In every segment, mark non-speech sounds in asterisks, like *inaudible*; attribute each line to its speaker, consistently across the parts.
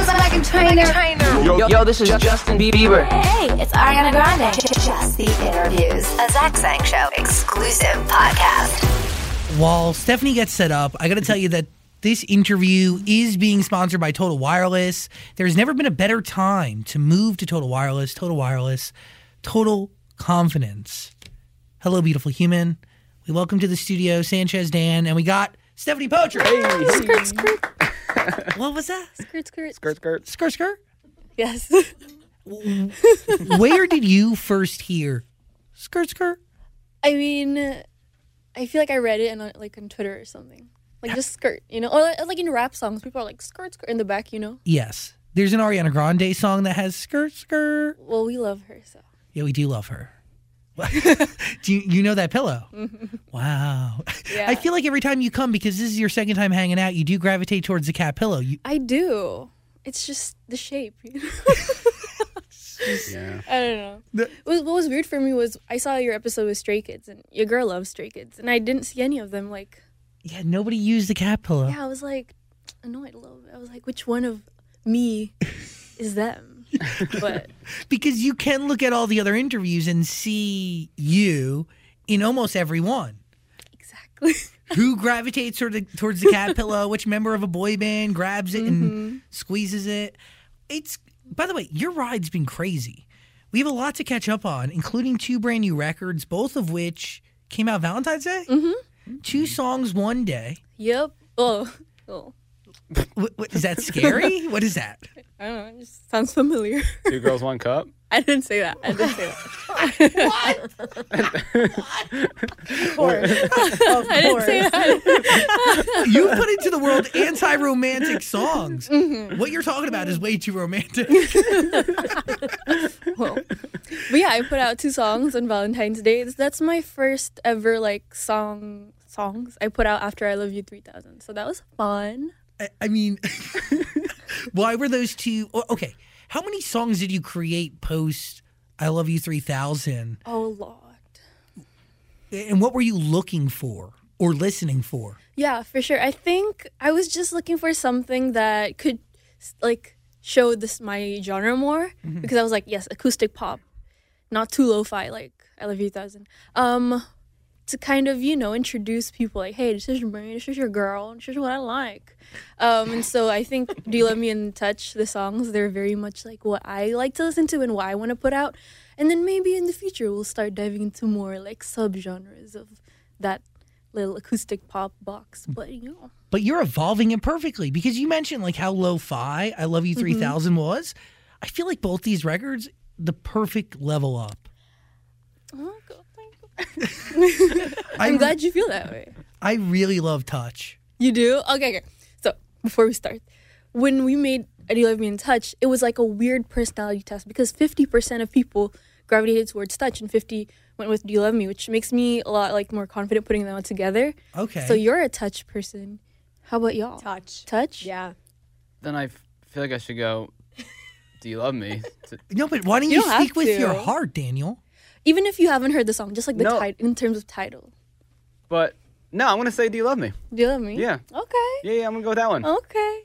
Speaker 1: Tyner. Tyner.
Speaker 2: Yo, yo, this is Justin Bieber.
Speaker 3: Hey, it's Ariana Grande. Just the interviews, a Zach Sang Show exclusive podcast.
Speaker 4: While Stephanie gets set up, I got to tell you that this interview is being sponsored by Total Wireless. There's never been a better time to move to Total Wireless. Total Wireless, total confidence. Hello, beautiful human. We welcome to the studio Sanchez Dan, and we got Stephanie Poacher.
Speaker 5: Skirt, skirt,
Speaker 4: *laughs* What was that?
Speaker 5: skirt, skirt.
Speaker 2: Skirt, skirt.
Speaker 4: Skirt, skirt.
Speaker 5: *laughs* Yes.
Speaker 4: Where did you first hear skirt, skirt?
Speaker 5: I mean, I feel like I read it on like on Twitter or something. Like just skirt, you know, or like, like in rap songs, people are like skirt, skirt in the back, you know.
Speaker 4: Yes. There's an Ariana Grande song that has skirt, skirt.
Speaker 5: Well, we love her, so
Speaker 4: Yeah, we do
Speaker 5: *laughs*
Speaker 4: love her. do you, you know that pillow? Wow. I
Speaker 5: Yeah.
Speaker 4: feel like every time you come, because this is your second time hanging out, you do gravitate towards the cat pillow. You,
Speaker 5: I do. It's just the shape. You know?
Speaker 2: Yeah.
Speaker 5: I don't know.
Speaker 4: The-
Speaker 5: It was, what was weird for me was I saw your episode with Stray Kids, and your girl loves Stray Kids, and I didn't see any of them. Like,
Speaker 4: yeah, nobody used the cat pillow.
Speaker 5: yeah, I was like annoyed a little bit. I was like, which one of me is them? But
Speaker 4: Because you can look at all the other interviews and see you in almost every one.
Speaker 5: exactly.
Speaker 4: Who gravitates toward the, towards the cat pillow? Which member of a boy band grabs it
Speaker 1: Mm-hmm.
Speaker 4: and squeezes it? It's, by the way, your ride's been crazy. We have a lot to catch up on, including two brand new records, both of which came out Valentine's Day. Mm-hmm. Two songs one day.
Speaker 5: Yep. Oh. *laughs* Oh.
Speaker 4: What, what, is that
Speaker 1: *laughs*
Speaker 4: scary? what is that?
Speaker 5: I don't know. It just sounds familiar. *laughs*
Speaker 2: Two girls, one cup.
Speaker 5: I didn't say that. I didn't say that.
Speaker 1: Of course. of
Speaker 5: I didn't
Speaker 1: course.
Speaker 5: say *laughs* that.
Speaker 4: You put into the world anti romantic songs.
Speaker 1: Mm-hmm.
Speaker 4: What you're talking about is way too
Speaker 1: *laughs*
Speaker 4: romantic.
Speaker 5: Well, but yeah, I put out two songs on Valentine's Day. It's- That's my first ever like song songs I put out after I Love You 3000. So that was fun.
Speaker 4: I, I mean, *laughs* why were those two? o- Okay. How many songs did you create post I Love You 3000?
Speaker 5: Oh, lot.
Speaker 4: And what were you looking for or listening for?
Speaker 5: Yeah, for sure. I think I was just looking for something that could s- like show this my genre more because I was like, yes, acoustic pop, not too lo-fi like I Love You Thousand. Um, to kind of you know introduce people like, hey, this is me, this is your girl, this is what I like. Um, and so I think Do You Love Me and Touch the songs they're very much like what I like to listen to and what I want to put out. And then maybe in the future we'll start diving into more like subgenres of that little acoustic pop box. But you know,
Speaker 4: But you're evolving it perfectly because you mentioned like how lo fi I Love You 3000 was. I feel like both these records, the perfect level up.
Speaker 5: oh, God, thank you.
Speaker 4: I-
Speaker 5: I'm glad you feel that way.
Speaker 4: I really love Touch.
Speaker 5: You do? Okay, okay. So before we start, when we made Eddie Love Me in Touch, it was like a weird personality test because 50% of people gravitated towards Touch and 50 went with Do You Love Me, which makes me a lot like more confident putting them all together.
Speaker 4: Okay.
Speaker 5: So you're a Touch person. How about y'all?
Speaker 1: Touch.
Speaker 5: Touch?
Speaker 1: Yeah.
Speaker 2: Then I f- feel like I should go. Do you love me? T-
Speaker 4: No, but why don't
Speaker 5: You
Speaker 4: you,
Speaker 5: don't
Speaker 4: speak
Speaker 5: have
Speaker 4: with your
Speaker 5: to.
Speaker 4: heart, Daniel?
Speaker 5: Even if you haven't heard the song, just like the
Speaker 2: No.
Speaker 5: title in terms of title.
Speaker 2: But no, I'm gonna say, do you love me?
Speaker 5: Do you love me?
Speaker 2: Yeah.
Speaker 5: Okay.
Speaker 2: Yeah, yeah, I'm gonna go with that one.
Speaker 5: Okay.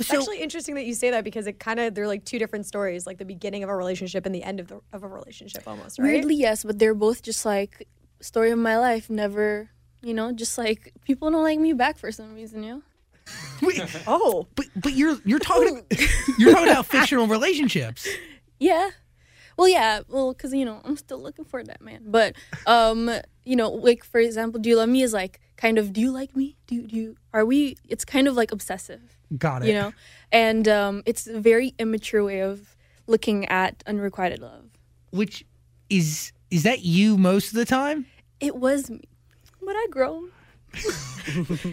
Speaker 4: So,
Speaker 1: Actually, interesting that you say that because it kind of they're like two different stories, like the beginning of a relationship and the end of the of a relationship, almost right.
Speaker 5: Weirdly, yes, but they're both just like story of my life. Never, you know, just like people don't like me back for some reason. You know,
Speaker 4: *laughs* wait,
Speaker 1: Oh,
Speaker 4: but but you're
Speaker 5: *laughs*
Speaker 4: you're talking you're talking about fictional relationships.
Speaker 5: yeah. Well, yeah, well, because you know I'm still looking for that man. But um, you know, like for example, do you love me is like kind of do you like me? Do you, do you are we? It's kind of like obsessive.
Speaker 4: Got it.
Speaker 5: you know and um, it's a very immature way of looking at unrequited love
Speaker 4: Which is is that you most of the time?
Speaker 5: it was me but i
Speaker 4: *laughs*
Speaker 5: grown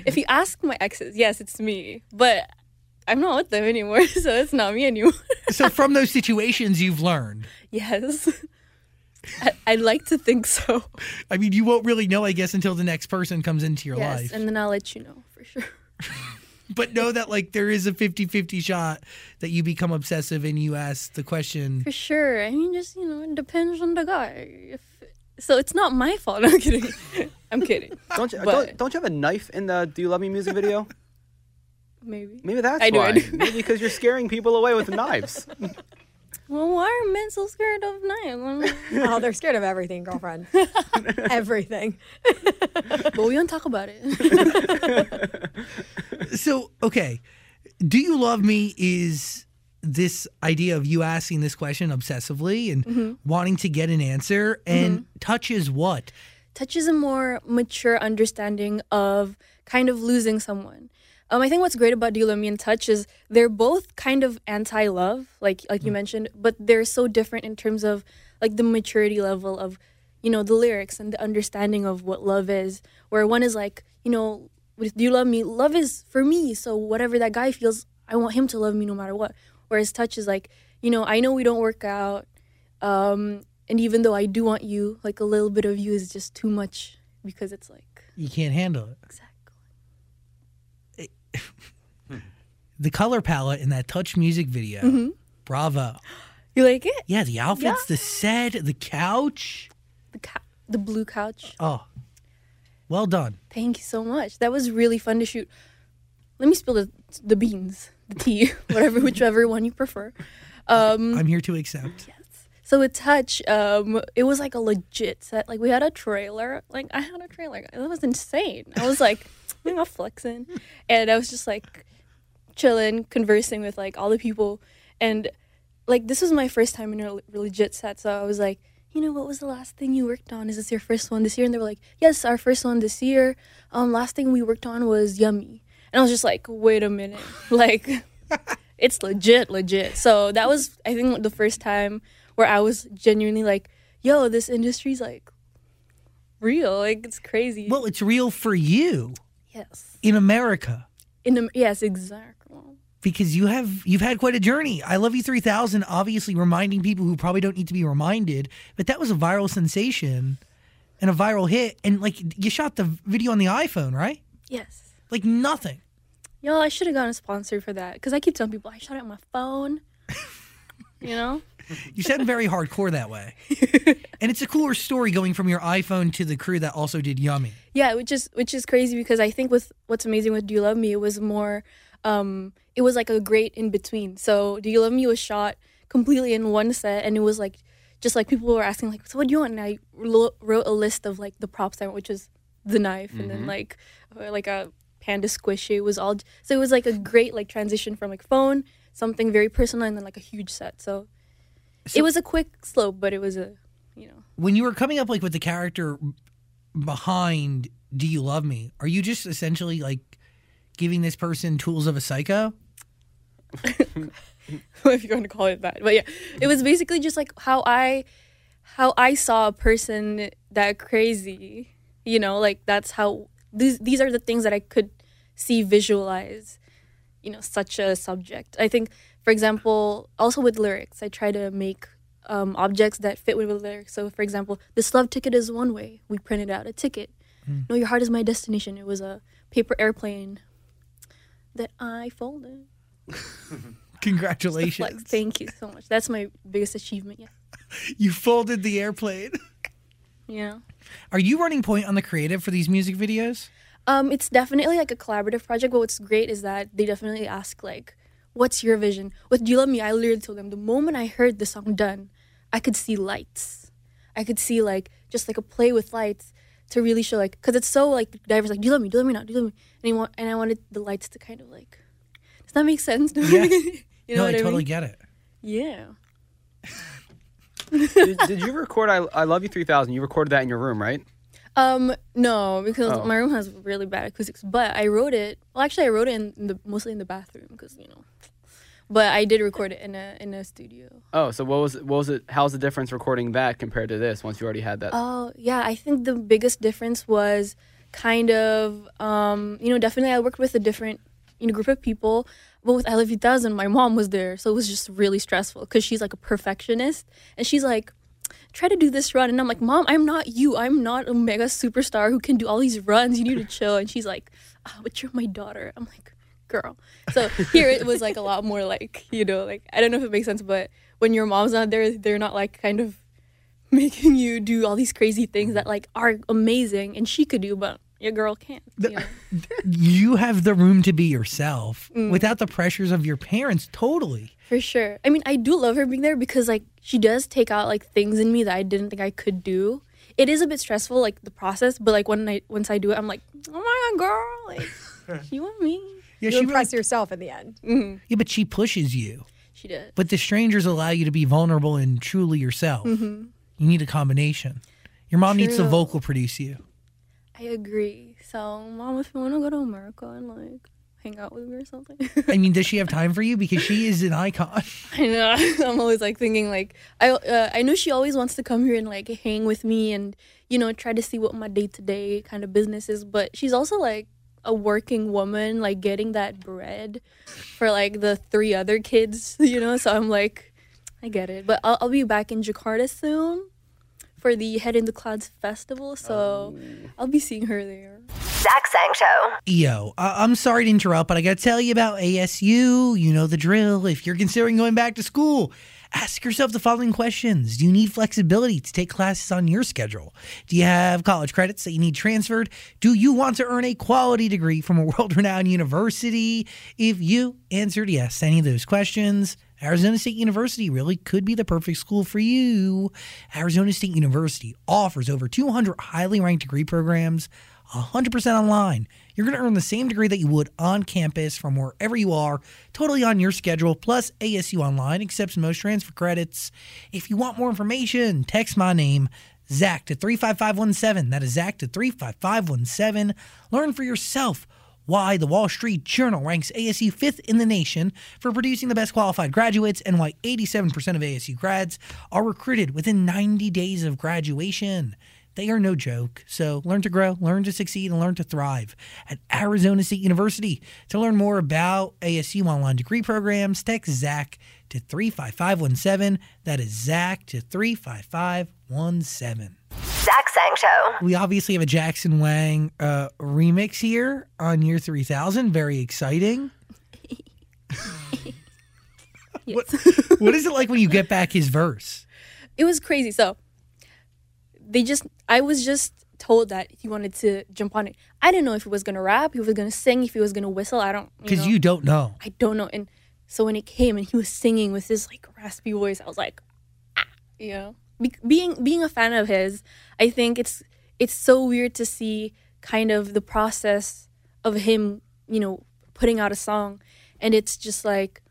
Speaker 5: if you ask my exes yes it's me but i'm not with them anymore *laughs* so it's not me anymore *laughs*
Speaker 4: So from those situations you've learned.
Speaker 5: yes I, i'd like to think so
Speaker 4: I mean, you won't really know, I guess, until the next person comes into your
Speaker 5: yes
Speaker 4: life.
Speaker 5: and then i'll let you know for sure
Speaker 4: but know that like there is a 50-50 shot that you become obsessive and you ask
Speaker 5: *laughs*
Speaker 4: the question.
Speaker 5: for sure i mean just you know it depends on the guy if so it's not my fault *laughs* i'm kidding i'm kidding
Speaker 4: *laughs*
Speaker 2: Don't you
Speaker 5: But-
Speaker 2: don't, don't you have a knife in the Do You Love Me music video?
Speaker 5: maybe.
Speaker 2: Maybe that's
Speaker 5: I do, I
Speaker 2: why.
Speaker 5: do.
Speaker 2: Maybe because you're scaring people away with knives.
Speaker 5: Well, why are men so scared of knives?
Speaker 1: *laughs* oh, they're scared of
Speaker 5: *laughs*
Speaker 1: everything, girlfriend. everything.
Speaker 5: but we don't talk about it. *laughs*
Speaker 4: So, okay. Do you love me is this idea of you asking this question obsessively and
Speaker 5: Mm-hmm.
Speaker 4: wanting to get an answer and touches what?
Speaker 5: Touches a more mature understanding of kind of losing someone. Um, I think what's great about Do You Love Me and Touch is they're both kind of anti-love, like like you mentioned, but they're so different in terms of like the maturity level of, you know, the lyrics and the understanding of what love is. Where one is like, you know, with Do You Love Me, love is for me. So whatever that guy feels, I want him to love me no matter what. Whereas Touch is like, you know, I know we don't work out, um, and even though I do want you, like a little bit of you is just too much because it's like
Speaker 4: You can't handle it.
Speaker 5: exactly.
Speaker 4: *laughs* The color palette in that touch music video. Bravo.
Speaker 5: You like it?
Speaker 4: Yeah, the outfits, the set, the couch.
Speaker 5: The cou- the blue couch.
Speaker 4: Oh, well done.
Speaker 5: Thank you so much. That was really fun to shoot. Let me spill the the beans, the tea, *laughs* whatever, whichever one you prefer.
Speaker 4: I'm here to accept.
Speaker 5: So with touch, um, it was like a legit set. Like we had a trailer. Like I had a trailer. That was insane. I was like, *laughs* I'm not flexing, and I was just like chilling, conversing with like all the people, and like this was my first time in a le- legit set. So I was like, you know, what was the last thing you worked on? Is this your first one this year? And they were like, yes, our first one this year. Um, last thing we worked on was Yummy, and I was just like, wait a minute, *laughs* like it's legit, legit. So that was, I think, the first time where I was genuinely like, yo, this industry's like real. Like, it's crazy.
Speaker 4: Well, it's real for you
Speaker 5: yes.
Speaker 4: in America
Speaker 5: In the, yes, exactly.
Speaker 4: because you have you've had quite a journey. I love you 3000 obviously reminding people who probably don't need to be reminded, but that was a viral sensation and a viral hit and like you shot the video on the iPhone, right?
Speaker 5: Yes.
Speaker 4: Like nothing.
Speaker 5: Yo, I should have gotten a sponsor for that because I keep telling people I shot it on my phone. you know?
Speaker 4: You sound very hardcore
Speaker 5: *laughs*
Speaker 4: that way. And it's a cooler story going from your iPhone to the crew that also did Yummy.
Speaker 5: Yeah, which is which is crazy because I think with what's amazing with Do You Love Me, it was more, um, it was like a great in between. So Do You Love Me was shot completely in one set, and it was like just like people were asking like, so what do you want? And I lo- wrote a list of like the props I want, which is the knife, and then like uh, like a panda squishy. It was all so it was like a great like transition from like phone something very personal, and then like a huge set. So, it was a quick slope, but it was a you know
Speaker 4: when you were coming up like with the character behind do you love me are you just essentially like giving this person tools of a psycho
Speaker 5: *laughs* if you want to call it that. But yeah, it was basically just like how I how I saw a person that crazy. You know, like that's how these these are the things that I could see visualize. You know, such a subject. I think, for example, also with lyrics, I try to make um, objects that fit with the lyrics. So, for example, this love ticket is one way. We printed out a ticket. No, your heart is my destination. It was a paper airplane that I folded. Flex.
Speaker 4: congratulations
Speaker 5: Thank you so much. That's my biggest achievement. Yeah.
Speaker 4: you folded the airplane
Speaker 5: Yeah.
Speaker 4: are you running point on the creative for these music videos
Speaker 5: Um, it's definitely like a collaborative project, but what's great is that they definitely ask like, what's your vision? With Do You Love Me, I literally told them the moment I heard the song done, I could see lights. I could see like just like a play with lights to really show like because it's so like diverse like do you love me do you love me not do you love me and, he want, and I wanted the lights to kind of like does that make sense *laughs*
Speaker 4: Yeah.
Speaker 5: you know
Speaker 4: no
Speaker 5: what
Speaker 4: i
Speaker 5: I,
Speaker 4: totally
Speaker 5: mean
Speaker 4: get it
Speaker 5: yeah
Speaker 2: *laughs* did, did you record I, I Love You 3000? You recorded that in your room, right?
Speaker 5: Um, no, because
Speaker 2: Oh.
Speaker 5: my room has really bad acoustics. But I wrote it. Well, actually, I wrote it in the mostly in the bathroom because you know. But I did record it in a in a studio.
Speaker 2: Oh, so what was what was it? How's the difference recording that compared to this? Once you already had that,
Speaker 5: Oh yeah, I think the biggest difference was kind of um, you know definitely I worked with a different you know group of people, but with I Love You Thousand, my mom was there, so it was just really stressful because she's like a perfectionist and she's like. Try to do this run, and I'm like, Mom, I'm not you. I'm not a mega superstar who can do all these runs. You need to chill. And she's like, ah, But you're my daughter. I'm like, Girl. So here it was like a lot more like, you know, like I don't know if it makes sense, but when your mom's not there, they're not like kind *laughs* of making you do all these crazy things that like are amazing and she could do but your girl can't. you know?
Speaker 4: you have the room to be yourself
Speaker 5: Mm.
Speaker 4: without the pressures of your parents. Totally.
Speaker 5: For sure. I mean, I do love her being there because like she does take out like things in me that I didn't think I could do. It is a bit stressful, like the process, but like when I once I do it, I'm like, oh my god, girl, like you want me?
Speaker 4: Yeah,
Speaker 1: You
Speaker 4: she really,
Speaker 1: impress yourself in the end.
Speaker 4: yeah, but she pushes you.
Speaker 5: She did.
Speaker 4: But the strangers allow you to be vulnerable and truly yourself. You need a combination. Your mom needs to
Speaker 5: True.
Speaker 4: vocal produce you.
Speaker 5: I agree. So, mom, if you want to go to America and like hang out with me or something, *laughs*
Speaker 4: I mean, does she have time for you? Because she is an icon.
Speaker 5: I know. *laughs* I'm always like thinking like I uh, I know she always wants to come here and like hang with me and you know try to see what my day to day kind of business is, but she's also like a working woman, like getting that bread for like the three other kids, *laughs* you know. So I'm like, I get it, but I'll, I'll be back in Jakarta soon for the Head in the Clouds festival, so I'll be seeing her there.
Speaker 3: Zach Sang Show.
Speaker 4: Yo, E I- I'm sorry to interrupt, but I got to tell you about ASU. You know the drill. If you're considering going back to school, ask yourself the following questions Do you need flexibility to take classes on your schedule? Do you have college credits that you need transferred? Do you want to earn a quality degree from a *laughs* world renowned university? If you answered yes to any of those questions, Arizona State University really could be the perfect school for you. Arizona State University offers over 200 highly ranked degree programs 100% online. You're going to earn the same degree that you would on campus from wherever you are, totally on your schedule. Plus, ASU Online accepts most transfer credits. If you want more information, text my name, Zach, to 35517. That is Zach to 35517. Learn for yourself why the Wall Street Journal ranks ASU fifth in the nation for producing the best qualified graduates, and why 87% of ASU grads are recruited within 90 days of graduation. They are no joke. So learn to grow, learn to succeed, and learn to thrive at Arizona State University. To learn more about ASU online degree programs, text Zach to 35517. That is Zach to 35517.
Speaker 3: Zach Sang Show.
Speaker 4: We obviously have a Jackson Wang uh, remix here on year 3000. Very exciting.
Speaker 5: Yes. *laughs*
Speaker 4: What is it like when you get back his verse?
Speaker 5: it was crazy. So they just I was just told that he wanted to jump on it. I didn't know if he was gonna rap, if he was gonna sing, if he was gonna whistle. I don't
Speaker 4: Because
Speaker 5: know,
Speaker 4: you don't know.
Speaker 5: I don't know. And so when it came and he was singing with his like raspy voice, I was like, ah, you know, Be- being being a fan of his, I think it's it's so weird to see kind of the process of him, you know, putting out a song, and it's just like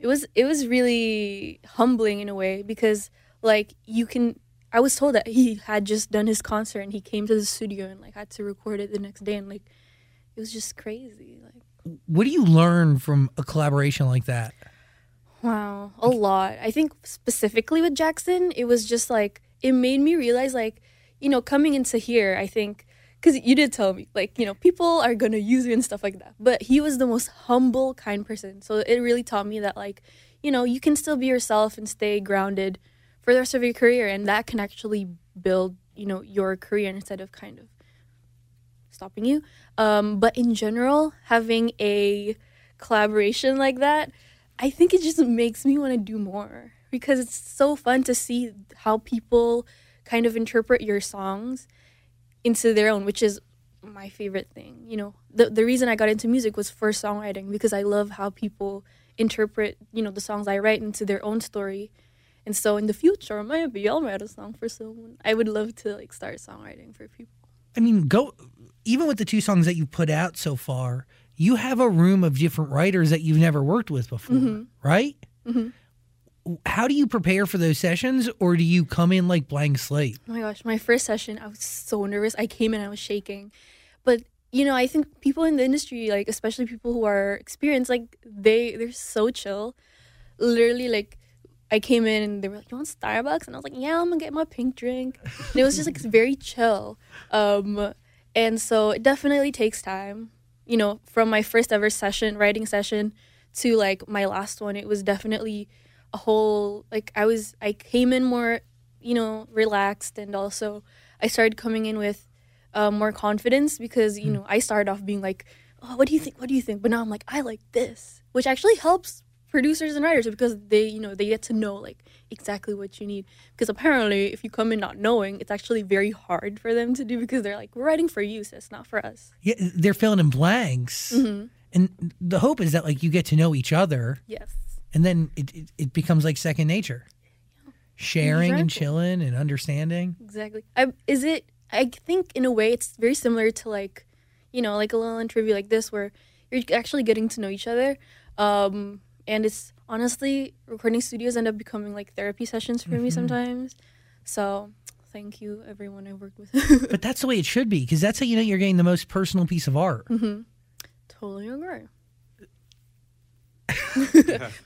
Speaker 5: it was it was really humbling in a way because like you can. I was told that he had just done his concert and he came to the studio and like had to record it the next day and like it was just crazy like
Speaker 4: What do you learn from a collaboration like that?
Speaker 5: Wow, a lot. I think specifically with Jackson, it was just like it made me realize like, you know, coming into here, I think cuz you did tell me like, you know, people are going to use you and stuff like that. But he was the most humble, kind person. So it really taught me that like, you know, you can still be yourself and stay grounded for the rest of your career and that can actually build, you know, your career instead of kind of stopping you. Um, but in general, having a collaboration like that, I think it just makes me want to do more because it's so fun to see how people kind of interpret your songs into their own, which is my favorite thing. You know, the the reason I got into music was for songwriting because I love how people interpret, you know, the songs I write into their own story. And so in the future, maybe I'll write a song for someone. I would love to like start songwriting for people.
Speaker 4: I mean, go even with the two songs that you put out so far, you have a room of different writers that you've never worked with before, right? How do you prepare for those sessions, or do you come in like blank slate?
Speaker 5: Oh my gosh, my first session, I was so nervous. I came in, I was shaking. But you know, I think people in the industry, like especially people who are experienced, like they they're so chill. Literally, like I came in and they were like, "You want Starbucks?" And I was like, "Yeah, I'm gonna get my pink drink." And it was just like very chill. Um, and so it definitely takes time. You know, from my first ever session, writing session, to like my last one, it was definitely a whole like I was I came in more you know relaxed and also I started coming in with uh, more confidence because you know I started off being like oh what do you think what do you think but now I'm like I like this which actually helps producers and writers because they you know they get to know like exactly what you need because apparently if you come in not knowing it's actually very hard for them to do because they're like we're writing for you so it's not for us
Speaker 4: Yeah, they're filling in blanks, and the hope is that like you get to know each other,
Speaker 5: yes
Speaker 4: and then it it, it becomes like second nature, sharing and
Speaker 5: Exactly.
Speaker 4: chilling and understanding.
Speaker 5: exactly I, is it i think in a way it's very similar to like you know like a little interview like this where you're actually getting to know each other um and it's honestly recording studios end up becoming like therapy sessions for me sometimes so thank you everyone i worked with *laughs*
Speaker 4: But that's the way it should be because that's how you know you're getting the most personal piece of art.
Speaker 5: Totally agree. *laughs*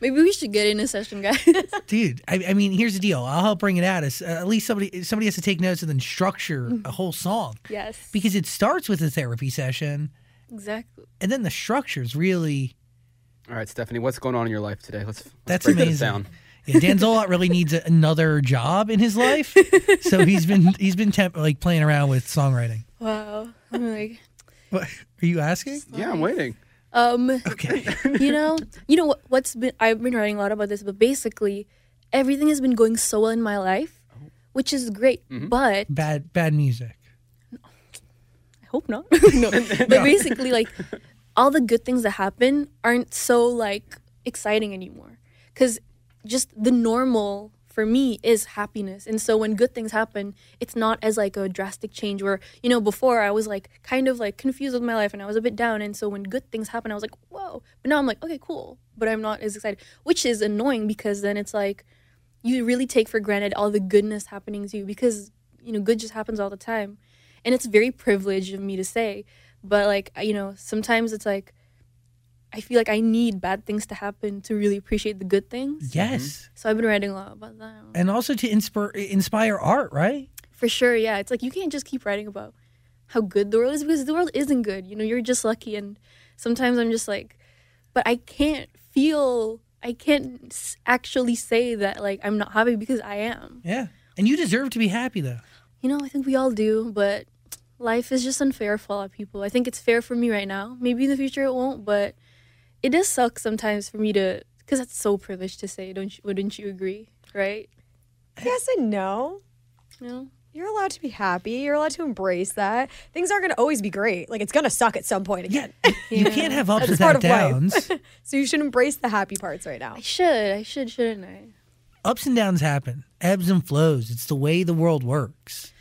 Speaker 5: Maybe we should get in a session, guys.
Speaker 4: Dude, I, I mean, here's the deal. I'll help bring it out. It's, uh, at least somebody somebody has to take notes and then structure a whole song
Speaker 5: yes.
Speaker 4: because it starts with a therapy session
Speaker 5: exactly.
Speaker 4: and then the structure's really.
Speaker 2: All right, Stephanie, what's going on in your life today? Let's, let's
Speaker 4: That's
Speaker 2: break this
Speaker 4: amazing.
Speaker 2: down.
Speaker 4: Yeah, Dan Zolot really needs a, another job in his life, so he's been he's been temp, like playing around with songwriting.
Speaker 5: Wow. I'm like,
Speaker 4: What are you asking?
Speaker 2: Yeah, I'm waiting.
Speaker 5: um,
Speaker 4: Okay.
Speaker 5: you know, you know what, what's been I've been writing a lot about this, but basically everything has been going so well in my life, which is great. But
Speaker 4: Bad bad music.
Speaker 5: I hope not. *laughs* no. But basically, like, all the good things that happen aren't so, like, exciting anymore. Because just the normal for me is happiness. And so when good things happen, it's not as, like, a drastic change where, you know, before I was, like, kind of, like, confused with my life and I was a bit down. And so when good things happen, I was like, whoa. But now I'm like, okay, cool. But I'm not as excited, which is annoying because then it's like, you really take for granted all the goodness happening to you because you know good just happens all the time and it's very privileged of me to say but like I- you know sometimes it's like i feel like i need bad things to happen to really appreciate the good things
Speaker 2: Mm-hmm.
Speaker 4: Yes,
Speaker 5: so i've been writing a lot about that
Speaker 4: and also to inspire inspire art, right?
Speaker 5: for sure yeah it's like you can't just keep writing about how good the world is because the world isn't good you know you're just lucky and sometimes i'm just like but i can't feel i can't s- actually say that like i'm not happy because i am
Speaker 4: Yeah, and you deserve to be happy though.
Speaker 5: You know, I think we all do, but life is just unfair for a lot of people. I think it's fair for me right now. Maybe in the future it won't, but it does suck sometimes for me to, because that's so privileged to say. Don't you, wouldn't you agree? Right?
Speaker 1: Yes and no.
Speaker 5: You know?
Speaker 1: You're allowed to be happy. You're allowed to embrace that. Things aren't going to always be great. Like it's going to suck at some point.
Speaker 4: Yeah,
Speaker 1: Again.
Speaker 4: you can't have ups
Speaker 1: That's part
Speaker 4: without
Speaker 1: of life.
Speaker 4: downs.
Speaker 1: So you should embrace the happy parts right now.
Speaker 5: I should. I should, shouldn't I?
Speaker 4: ups and downs happen, ebbs and flows. It's the way the world works.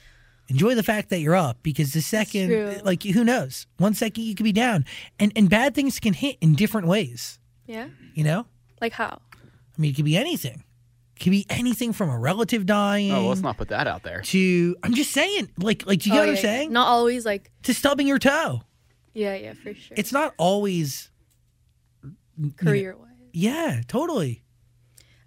Speaker 4: Enjoy the fact that you're up because the
Speaker 5: true.
Speaker 4: second, like, who knows? One second you could be down, and and bad things can hit in different ways.
Speaker 5: Yeah?
Speaker 4: You know,
Speaker 5: Like how?
Speaker 4: I mean, it could be anything. It could be anything from a relative dying
Speaker 2: Oh, let's not put that out there.
Speaker 4: to. I'm just saying, like, like, do you
Speaker 5: Oh,
Speaker 4: know what
Speaker 5: yeah,
Speaker 4: I'm saying?
Speaker 5: yeah. Not always like,
Speaker 4: To stubbing your toe.
Speaker 5: yeah, yeah, for sure.
Speaker 4: It's not always.
Speaker 5: career wise.
Speaker 4: Yeah, totally.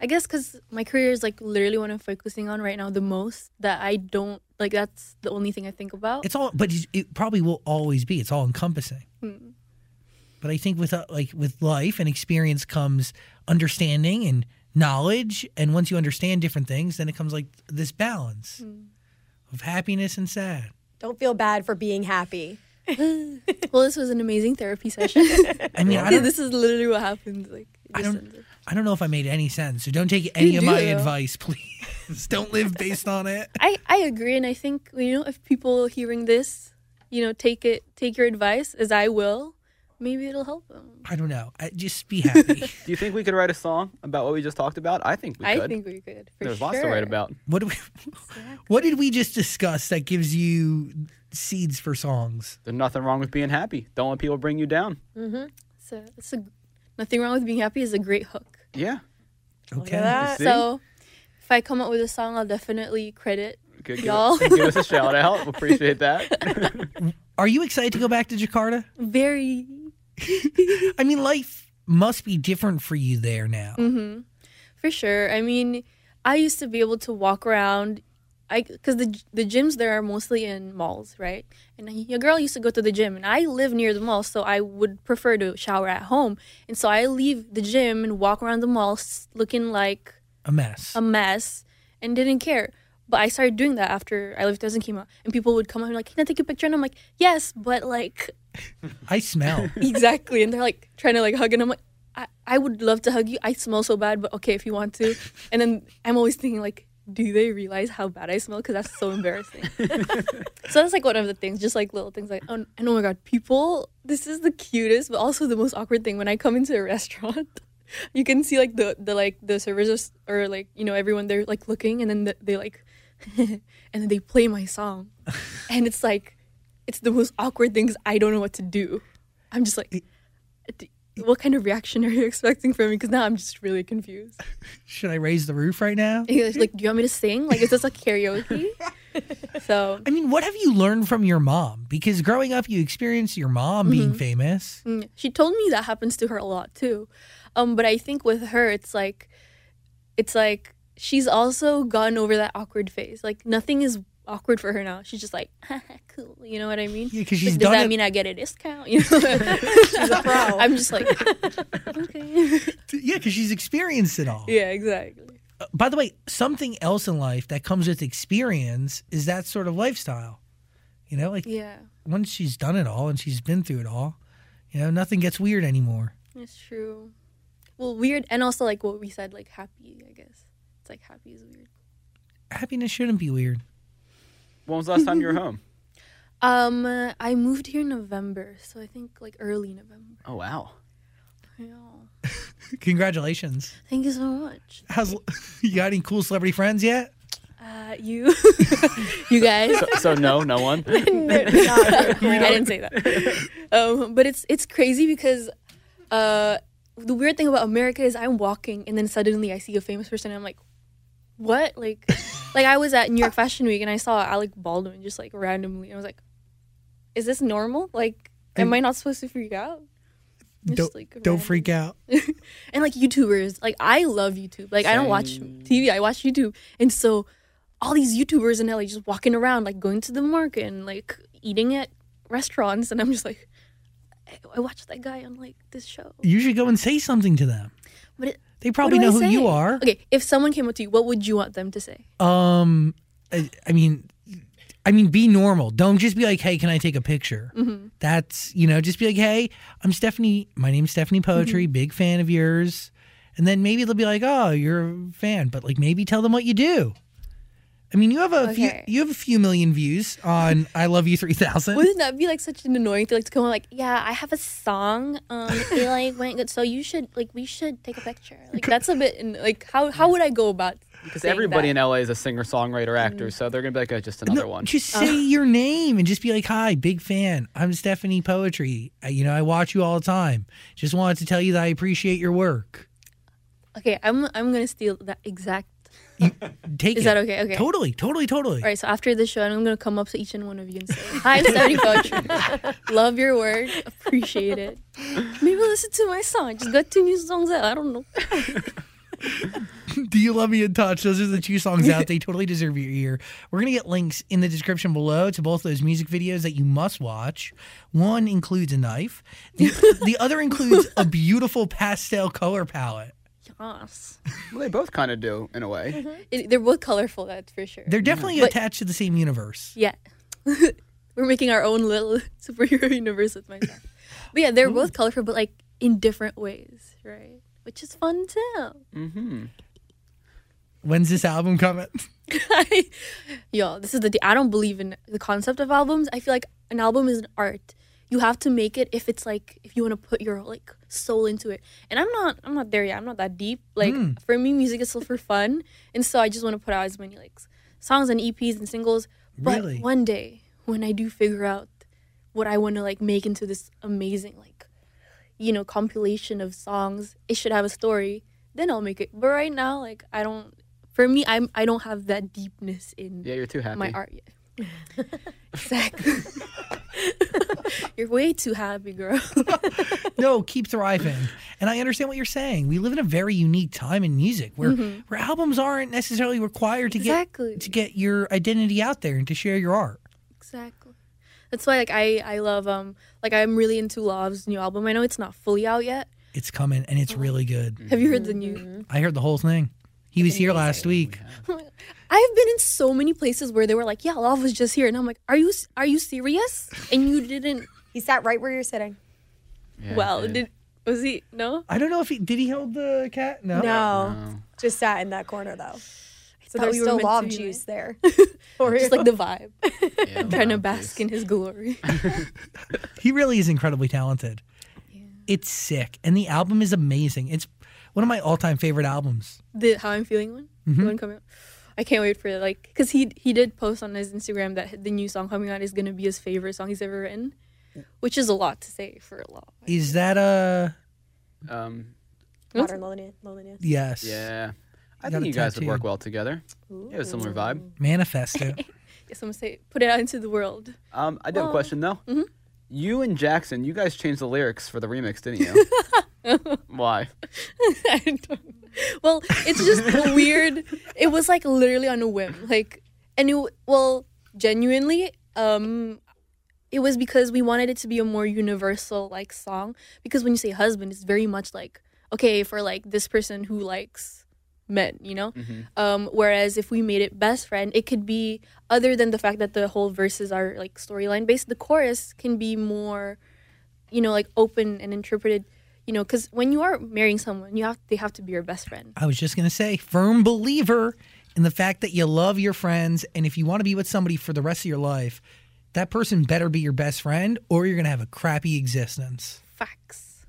Speaker 5: I guess because my career is like literally what I'm focusing on right now the most, that I don't, like, that's the only thing I think about.
Speaker 4: It's all, but it- it probably will always be. It's all encompassing.
Speaker 5: Hmm.
Speaker 4: But I think with uh, like with life and experience comes understanding and knowledge, and once you understand different things, then it comes like this balance
Speaker 5: Hmm.
Speaker 4: of happiness and
Speaker 5: *laughs*
Speaker 4: sad.
Speaker 1: Don't feel bad for being happy.
Speaker 5: well, this was an amazing therapy session. *laughs*
Speaker 4: I mean, I
Speaker 5: Yeah,
Speaker 4: don't,
Speaker 5: this is literally what happens. Like, it
Speaker 4: I
Speaker 5: just
Speaker 4: don't,
Speaker 5: ends up-
Speaker 4: I don't know if I made any sense. So don't take any of my
Speaker 5: do.
Speaker 4: advice, *laughs* please. don't live based on it.
Speaker 5: I, I agree, and I think you know if people hearing this, you know, take it, take your advice as I will. Maybe it'll help them.
Speaker 4: I don't know. I, just be
Speaker 5: *laughs*
Speaker 4: happy.
Speaker 2: Do you think we could write a song about what we just talked about? I think we
Speaker 5: I
Speaker 2: could.
Speaker 5: think we could. For
Speaker 2: There's
Speaker 5: sure.
Speaker 2: lots to write about.
Speaker 4: what do we, *laughs* what did we just discuss that gives you seeds for songs?
Speaker 2: There's nothing wrong with being happy. Don't let people bring you down.
Speaker 5: So it's a nothing wrong with being happy is a great hook.
Speaker 2: Yeah.
Speaker 1: Look at that.
Speaker 2: See?
Speaker 5: Uh, So if I come up with a song, I'll definitely credit.
Speaker 2: Good.
Speaker 5: Y'all.
Speaker 2: Give, give us a shout out.
Speaker 5: *laughs*
Speaker 2: We Appreciate that.
Speaker 4: Are you excited to go back to Jakarta?
Speaker 5: Very
Speaker 4: I mean, life must be different for you there now.
Speaker 1: Mm-hmm.
Speaker 5: For sure. I mean, I used to be able to walk around. I because the the gyms there are mostly in malls, right? And your girl used to go to the gym, and I live near the mall, so I would prefer to shower at home. And so I leave the gym and walk around the mall s- looking like
Speaker 4: A mess.
Speaker 1: Um,
Speaker 5: a mess and didn't care. But I started doing that after I lived doesn't came out, and people would come up and be like, "Can I take a picture?" And I'm like, "Yes," but like
Speaker 4: I smell.
Speaker 1: *laughs*
Speaker 5: *laughs* exactly, and they're like trying to like hug, and I'm like, I, I would love to hug you. I smell so bad, but okay, if you want to. And then I'm always thinking, like, do they realize how bad I smell? Because that's so embarrassing. so that's like one of the things, just like little things like, oh, and oh my God, people, this is the cutest, but also the most awkward thing. When I come into a restaurant, *laughs* you can see like the, the like the servers are, s- or like, you know, everyone, they're like looking and then the, they like, *laughs* and then they play my song. And it's like, it's the most awkward things. I don't know what to do. I'm just like, d- what kind of reaction are you expecting from me? Because now I'm just really *laughs* confused.
Speaker 4: Should I raise the roof right now?
Speaker 5: And he's like, do you want me to sing? Like, is this like *laughs* karaoke? so
Speaker 4: I mean, what have you learned from your mom? Because growing up, you experienced your mom
Speaker 1: Mm-hmm.
Speaker 4: being famous.
Speaker 5: mm, she told me that happens to her a lot too. Um, but I think with her, it's like, it's like she's also gotten over that awkward phase. Like nothing is awkward for her now. She's just like, *laughs* cool. You know what I mean?
Speaker 4: Yeah, 'cause
Speaker 5: Like, does
Speaker 4: she's done
Speaker 5: that
Speaker 4: it-
Speaker 5: mean I get a discount? *laughs* You know?
Speaker 4: *laughs*
Speaker 5: she's a pro. I'm just like, *laughs* okay.
Speaker 4: Yeah, because she's experienced it all.
Speaker 5: *laughs* yeah, exactly.
Speaker 4: Uh, By the way, something else in life that comes with experience is that sort of lifestyle. You know, like
Speaker 5: Yeah,
Speaker 4: once she's done it all and she's been through it all, you know, nothing gets weird anymore.
Speaker 5: that's true. Well, weird, and also like what we said, like happy. I guess it's like happy is weird.
Speaker 4: Happiness shouldn't be weird.
Speaker 2: When was the last time you were home?
Speaker 5: Um, uh, I moved here in November, so I think like early November.
Speaker 2: Oh wow.
Speaker 5: Yeah.
Speaker 4: Congratulations.
Speaker 5: Thank you so much.
Speaker 4: How's *laughs* you got any cool celebrity friends yet?
Speaker 5: Uh, *laughs* you, you guys.
Speaker 2: So no,
Speaker 5: *laughs*
Speaker 2: no one.
Speaker 4: *laughs*
Speaker 5: No, I didn't say that. Um, but it's it's crazy because uh, the weird thing about America is I'm walking and then suddenly I see a famous person and I'm like, what?
Speaker 4: *laughs*
Speaker 5: Like, like I was at New York Fashion Week and I saw Alec Baldwin just like randomly and I was like, is this normal? Like, am I not supposed to freak out? It's
Speaker 4: Don't,
Speaker 5: like
Speaker 4: don't
Speaker 5: random. *laughs*
Speaker 4: freak out.
Speaker 5: and like YouTubers, like I love YouTube. Like I don't watch TV, I watch YouTube. And so all these YouTubers in LA just walking around, like going to the market and like eating at restaurants, and I'm just like, I, I watched that guy on like this show.
Speaker 4: You should go and say something to them.
Speaker 5: But it,
Speaker 4: They
Speaker 5: what
Speaker 4: probably
Speaker 5: do
Speaker 4: know
Speaker 5: I
Speaker 4: who you
Speaker 5: say?
Speaker 4: are.
Speaker 5: Okay, if someone came up to you, what would you want them to say?
Speaker 4: Um, I, I mean, I mean, be normal. Don't just be like, "Hey, can I take a picture?"
Speaker 5: Mm-hmm.
Speaker 4: That's you know, just be like, "Hey, I'm Stephanie. My name's Stephanie Poetry.
Speaker 5: Mm-hmm.
Speaker 4: Big fan of yours." And then maybe they'll be like, "Oh, you're a fan," but like maybe tell them what you do. I mean, you have a few
Speaker 5: Okay.
Speaker 4: you have a few million views on "I Love You 3000.
Speaker 5: Wouldn't that be like such an annoying thing? Like to come on, like, yeah, I have a song. *laughs* Um, it like went good, so you should like we should take a picture. Like that's a bit like how how would I go about?
Speaker 2: Because
Speaker 5: saying
Speaker 2: everybody
Speaker 5: that? Mm-hmm.
Speaker 2: in LA is a singer, songwriter, actor, so they're gonna be like, oh, just another
Speaker 4: No,
Speaker 2: one.
Speaker 4: Just say
Speaker 5: Uh-huh.
Speaker 4: your name and just be like, "Hi, big fan. I'm Stephanie Poetry. I, you know, I watch you all the time. Just wanted to tell you that I appreciate your work."
Speaker 5: Okay, I'm I'm gonna steal that exact.
Speaker 4: Take
Speaker 5: Is
Speaker 4: it.
Speaker 5: that okay? Okay.
Speaker 4: Totally, totally, totally.
Speaker 5: All right. So after this show, I'm gonna come up to each and one of you and say, "Hi, I'm Stephanie Poetry. Love your work. Appreciate it. Maybe listen to my song. Just got two new songs out. I don't know.
Speaker 4: Do you love me in touch? Those are the two songs
Speaker 5: *laughs*
Speaker 4: out. They totally deserve your ear. We're gonna get links in the description below to both those music videos that you must watch. One includes a knife.
Speaker 5: *laughs*
Speaker 4: The, the other includes a beautiful pastel color palette.
Speaker 5: Yes.
Speaker 2: Well, they both kind of do in a way.
Speaker 5: It, they're both colorful. That's for sure.
Speaker 4: They're definitely
Speaker 5: But-
Speaker 4: attached to the same universe.
Speaker 5: yeah. *laughs* We're making our own little *laughs* superhero universe with myself. But yeah, they're both colorful, but like in different ways, right? Which is fun too.
Speaker 4: When's this album coming?
Speaker 5: Yo, this is the. I don't believe in the concept of albums. I feel like an album is an art. You have to make it if it's like if you want to put your like soul into it. And I'm not. I'm not there yet. I'm not that deep. Like for me, music is still for fun, and so I just want to put out as many like s- songs and EPs and singles. But
Speaker 4: Really?
Speaker 5: one day when I do figure out what I want to like make into this amazing like you know compilation of songs, it should have a story. Then I'll make it. But right now, like I don't. For me, I'm. I don't have that deepness in
Speaker 2: Yeah, you're too happy.
Speaker 5: my art yet. *laughs* exactly. *laughs* You're way too happy, girl. *laughs*
Speaker 4: no, keep thriving. And I understand what you're saying. We live in a very unique time in music where where albums aren't necessarily required to
Speaker 5: Exactly.
Speaker 4: get
Speaker 2: *laughs*
Speaker 4: to get your identity out there and to share your art.
Speaker 5: exactly. That's why, like, I I love um like I'm really into Love's new album. I know it's not fully out yet.
Speaker 4: It's coming and it's really good.
Speaker 5: Have you heard the
Speaker 2: Mm-hmm.
Speaker 5: new?
Speaker 4: I heard the whole thing. He was here last week.
Speaker 5: I've been in so many places where they were like, "Yeah, Love was just here," and I'm like, "Are you are you serious?" And you didn't.
Speaker 1: He sat right where you're sitting.
Speaker 2: Yeah,
Speaker 5: well,
Speaker 2: it-
Speaker 5: did Was he? No?
Speaker 4: I don't know if he did. He hold the cat.
Speaker 5: Oh,
Speaker 4: No.
Speaker 1: No,
Speaker 2: No.
Speaker 1: just sat in that corner though.
Speaker 5: thought
Speaker 1: So there's
Speaker 5: we were
Speaker 1: still
Speaker 5: meant to
Speaker 1: love
Speaker 5: be
Speaker 1: juice
Speaker 5: *laughs*
Speaker 1: there. for
Speaker 5: Just
Speaker 1: you.
Speaker 5: like the vibe. *laughs*
Speaker 2: *laughs* Yeah,
Speaker 5: Trying to
Speaker 2: wow,
Speaker 5: bask in his glory.
Speaker 4: He really is incredibly talented. It's sick, and the album is amazing. It's one of my all-time favorite albums.
Speaker 5: the How I'm Feeling one? The one coming out. I can't wait for it. Like, because he, he did post on his Instagram that the new song coming out is going to be his favorite song he's ever written, which is a lot to say for a lot.
Speaker 4: Is that a
Speaker 2: please. Um,
Speaker 1: Modern loneliness. loneliness.
Speaker 4: yes?
Speaker 2: yeah. I
Speaker 4: got
Speaker 2: think
Speaker 4: a
Speaker 2: you guys would work
Speaker 4: tattoo.
Speaker 2: well together. You have a similar vibe.
Speaker 4: Manifest it.
Speaker 5: Yes, I'm going to say, put it out into the world.
Speaker 2: Um, I do have
Speaker 5: Well, mm-hmm.
Speaker 2: a question though. You and Jackson, you guys changed the lyrics for the remix, didn't you?
Speaker 5: *laughs*
Speaker 2: Why?
Speaker 5: I don't. Well, it's just a weird. It was like literally on a whim, like, and it well, genuinely, um, it was because we wanted it to be a more universal like song. Because when you say husband, it's very much like okay for like this person who likes men, you know. Um, whereas if we made it best friend, it could be other than the fact that the whole verses are like storyline based. The chorus can be more, you know, like open and interpreted. You know, because when you are marrying someone, you have they have to be your best friend.
Speaker 4: I was just gonna say, firm believer in the fact that you love your friends, and if you want to be with somebody for the rest of your life, that person better be your best friend, or you're gonna have a crappy existence.
Speaker 5: Facts,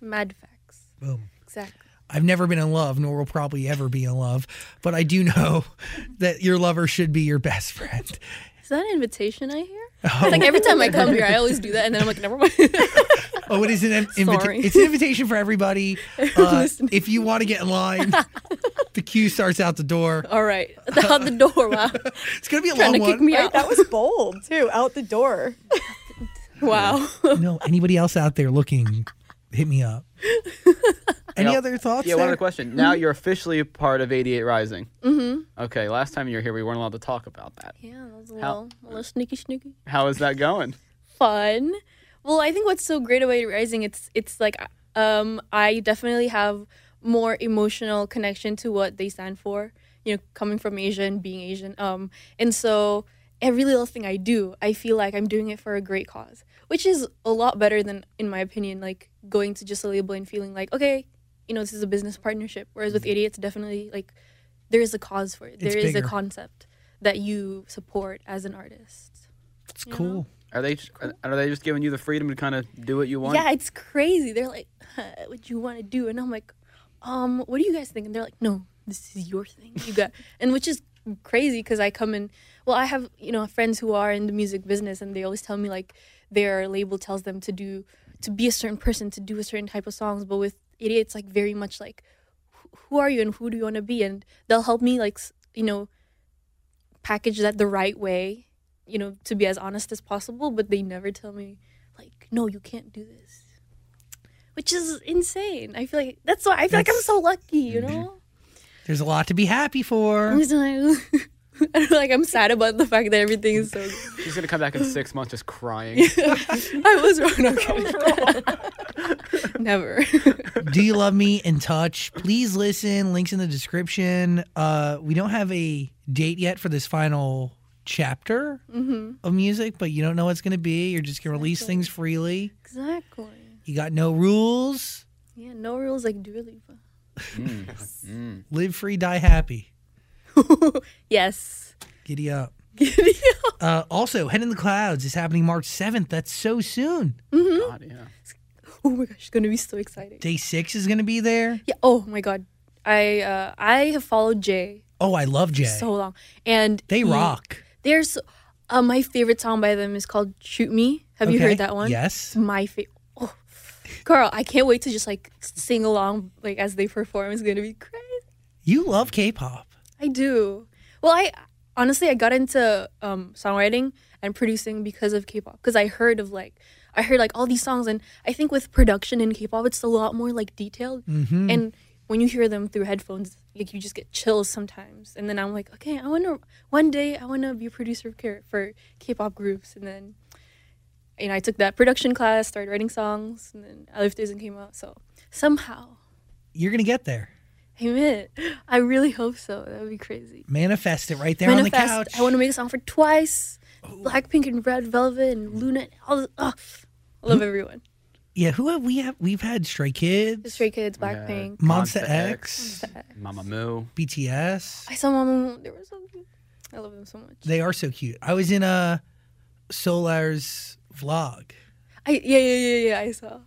Speaker 5: mad facts.
Speaker 4: Boom.
Speaker 5: Exactly.
Speaker 4: I've never been in love, nor will probably ever be in love, but I do know *laughs* that your lover should be your best friend.
Speaker 5: Is that an invitation I hear? Like every time I come here, I always do that, and then I'm like, never mind.
Speaker 4: Oh, it is an
Speaker 5: Sorry.
Speaker 4: invitation. It's an invitation
Speaker 5: *laughs*
Speaker 4: for everybody. Uh, if you want to get in line, the queue starts out the door.
Speaker 5: All right, *laughs* out the door. Wow,
Speaker 4: It's gonna be a
Speaker 5: trying
Speaker 4: long
Speaker 5: to
Speaker 4: one.
Speaker 5: kick me
Speaker 1: Right?
Speaker 5: out. *laughs*
Speaker 1: That was bold too. Out the door.
Speaker 5: Wow.
Speaker 4: no, anybody else out there looking, hit me
Speaker 2: *laughs*
Speaker 4: up. Any
Speaker 2: Yeah.
Speaker 4: other thoughts?
Speaker 2: Yeah, one
Speaker 4: there?
Speaker 2: other question.
Speaker 5: Mm-hmm.
Speaker 2: Now you're officially part of 88 Rising. Mm-hmm. Okay, last time you were here, we weren't allowed to talk about that.
Speaker 5: *laughs* Yeah, that was a
Speaker 2: How-
Speaker 5: little, a little sneaky, sneaky.
Speaker 2: How is that going?
Speaker 5: fun. Well, I think what's so great about Rising, it's it's like um, I definitely have more emotional connection to what they stand for. You know, coming from Asia and being Asian, um, and so every little thing I do, I feel like I'm doing it for a great cause, which is a lot better than, in my opinion, like going to just a label and feeling like, okay, you know, this is a business partnership. Whereas with 88, it's definitely like there is a cause for it.
Speaker 4: Mm-hmm. It's
Speaker 5: There is a
Speaker 4: bigger.
Speaker 5: concept that you support as an artist.
Speaker 4: It's cool.
Speaker 2: Are they are they just giving you the freedom to kind of do what you want?
Speaker 5: Yeah, it's crazy. They're like, huh, "What you want to do?" And I'm like, "Um, what do you guys think?" And they're like, "No, this is your thing. You got." *laughs* and which is crazy because I come in. Well, I have you know friends who are in the music business, and they always tell me like their label tells them to do to be a certain person, to do a certain type of songs. But with idiot, it's like very much like, wh- who are you and who do you want to be? And they'll help me like s- you know package that the right way, you know, to be as honest as possible. But they never tell me like, no, you can't do this, which is insane. I feel like that's why I feel like I'm
Speaker 4: That's-
Speaker 5: so lucky, you know.
Speaker 4: There's a lot to be happy
Speaker 5: *laughs*
Speaker 4: for.
Speaker 5: I'm just like, I feel like I'm sad about the fact that everything is so.
Speaker 2: She's gonna come back in six months
Speaker 5: *laughs*
Speaker 2: just crying.
Speaker 5: I was wrong. Okay. *laughs* Never. *laughs*
Speaker 4: Do you love me? In touch. Please listen. Links in the description. Uh, we don't have a date yet for this final chapter
Speaker 2: Mm-hmm.
Speaker 4: of music, but you don't know what's going to be. You're just going to release things freely.
Speaker 5: exactly.
Speaker 4: You got no rules.
Speaker 5: Yeah, no rules like Dua Lipa.
Speaker 4: Live free, die happy.
Speaker 5: yes.
Speaker 4: Giddy up. Uh, also, Head in the Clouds is happening March 7th. That's so soon.
Speaker 2: God, yeah.
Speaker 5: Oh my gosh, it's gonna be so exciting.
Speaker 4: Day six is going to be there.
Speaker 5: Yeah. Oh my god. I uh, I have followed Jay
Speaker 4: Oh, I love Jay.
Speaker 5: so long, and
Speaker 4: they
Speaker 5: he-
Speaker 4: rock.
Speaker 5: There's uh, my favorite song by them is called "Shoot Me." Have you
Speaker 4: Okay.
Speaker 5: heard that one? It's
Speaker 4: Yes.
Speaker 5: my favorite. Oh, girl, I can't wait to just like sing along like as they perform. It's gonna be crazy.
Speaker 4: You love K pop.
Speaker 5: I do. Well, I honestly I got into um, songwriting and producing because of K-pop because I heard of like I heard like all these songs and I think with production in K-pop it's a lot more like detailed and when you hear them through headphones like you just get chills sometimes and then I'm like okay I want to one day I want to be a producer of K- for K-pop groups and then you know I took that production class started writing songs and then I Left Isn't came out so somehow
Speaker 4: You're going to get there.
Speaker 5: Amen. *gasps* I really hope so. That would be crazy.
Speaker 4: Manifest it right there on the
Speaker 5: Manifest.
Speaker 4: couch.
Speaker 5: I want to make a song for
Speaker 4: Mm-hmm.
Speaker 5: Twice, Blackpink and Red Velvet and Luna. And all, oh, I love everyone.
Speaker 4: Yeah, who have we have? We've had Stray Kids,
Speaker 5: The Stray Kids,
Speaker 2: Yeah.
Speaker 5: Blackpink.
Speaker 4: Monsta
Speaker 2: Monsta
Speaker 4: X,
Speaker 2: Mama Moo.
Speaker 4: BTS.
Speaker 5: I saw Mama. They were so cute. I love them so much.
Speaker 4: They are so cute. I was in a Solar's vlog.
Speaker 5: I yeah yeah yeah yeah. I saw.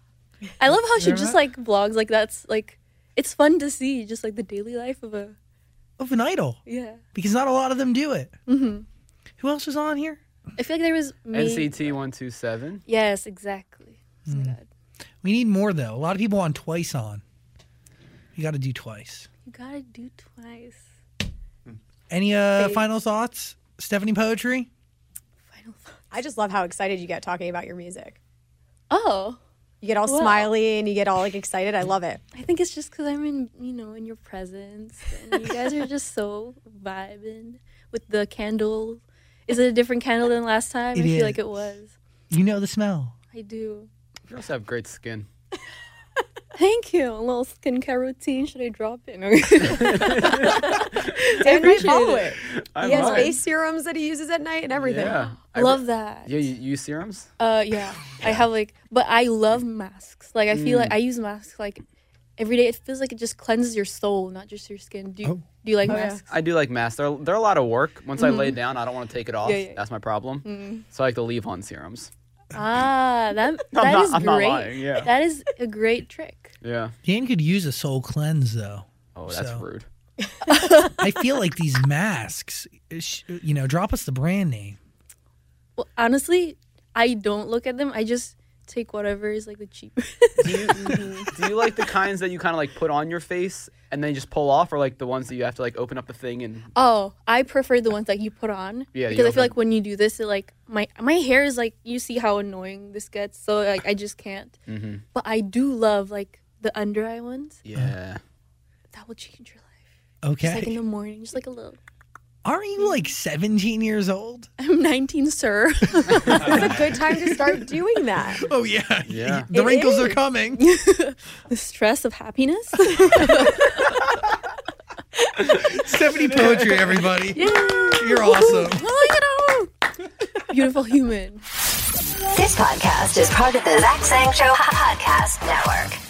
Speaker 5: I love how she
Speaker 4: Remember?
Speaker 5: just like blogs like that's like it's fun to see just like the daily life of a
Speaker 4: of an idol
Speaker 5: yeah.
Speaker 4: because not a lot of them do it. Mm-hmm. Who else was on here?
Speaker 5: I feel like there was me.
Speaker 2: NCT one two seven.
Speaker 5: Yes, exactly. Oh
Speaker 4: Mm.
Speaker 5: my God.
Speaker 4: We need more though. A lot of people on twice on. You got to do twice.
Speaker 5: You gotta do twice.
Speaker 4: Any uh, final thoughts, Stephanie Poetry?
Speaker 5: Final thought.
Speaker 1: I just love how excited you get talking about your music.
Speaker 5: Oh,
Speaker 1: You get all
Speaker 5: Wow.
Speaker 1: smiley and you get all like excited. I love it.
Speaker 5: *laughs* I think it's just because I'm in you know in your presence, and you guys are just so vibing with the candle. Is it a different candle than last time?
Speaker 4: It
Speaker 5: I feel
Speaker 4: is.
Speaker 5: like it was.
Speaker 4: You know the smell.
Speaker 5: I do.
Speaker 2: You also have great skin.
Speaker 5: Thank you. A little skincare routine. Should I drop it? Or *laughs*
Speaker 1: Dan might
Speaker 5: appreciate
Speaker 1: follow
Speaker 5: it.
Speaker 1: it.
Speaker 2: I
Speaker 1: He has
Speaker 2: love it.
Speaker 1: face serums that he uses at night and everything.
Speaker 2: Yeah.
Speaker 5: I love that.
Speaker 2: Yeah, you, you use serums?
Speaker 5: Uh, yeah. I have like, but I love masks. Like, I
Speaker 2: Mm.
Speaker 5: feel like I use masks like every day. It feels like it just cleanses your soul, not just your skin. Do you,
Speaker 4: Oh.
Speaker 5: do you like masks?
Speaker 2: I do like masks. They're, they're a lot of work. Once I lay down, I don't want to take it off.
Speaker 5: Mm-hmm. Yeah, Mm-hmm. yeah, yeah.
Speaker 2: That's my problem. So I like to leave on serums.
Speaker 5: Ah, that
Speaker 2: *laughs* I'm
Speaker 5: that
Speaker 2: not-
Speaker 5: is
Speaker 2: I'm not
Speaker 5: great.
Speaker 2: lying, yeah.
Speaker 5: That is a great trick.
Speaker 2: Yeah.
Speaker 4: Dan could use a soul cleanse though.
Speaker 2: Oh, that's
Speaker 4: So-
Speaker 2: rude.
Speaker 4: I feel
Speaker 5: *laughs*
Speaker 4: like these masks. sh- You know, drop us the brand name.
Speaker 5: Well, honestly, I don't look at them. I just take whatever is like the
Speaker 2: *laughs*
Speaker 5: cheapest.
Speaker 2: Do you, do you like the kinds that you kind of like put on your face and then you just pull off, or like the ones that you have to like open up the thing and
Speaker 5: *laughs* oh, I prefer the ones that you put on.
Speaker 2: Yeah, you
Speaker 5: Because I
Speaker 2: open-
Speaker 5: feel like when you do this, it like my my hair is like you see how annoying this gets. So like I just can't.
Speaker 2: Mm-hmm.
Speaker 5: But I do love like the under eye ones.
Speaker 2: yeah?
Speaker 5: That will change your life.
Speaker 4: Okay.
Speaker 5: Just like in the morning, just like a little. *laughs*
Speaker 4: Aren't you like 17 years old?
Speaker 5: I'm 19, sir. *laughs*
Speaker 1: It's a good time to start doing that.
Speaker 4: Oh yeah.
Speaker 2: Yeah.
Speaker 4: The
Speaker 1: It
Speaker 4: wrinkles
Speaker 1: is.
Speaker 4: are
Speaker 5: *laughs*
Speaker 4: coming.
Speaker 5: the stress of
Speaker 2: *laughs*
Speaker 5: happiness. *laughs*
Speaker 4: Stephanie Poetry, everybody. You're awesome.
Speaker 5: Oh, you know. Beautiful human.
Speaker 3: This *laughs* podcast is part of the Zach Sang Show Podcast Network.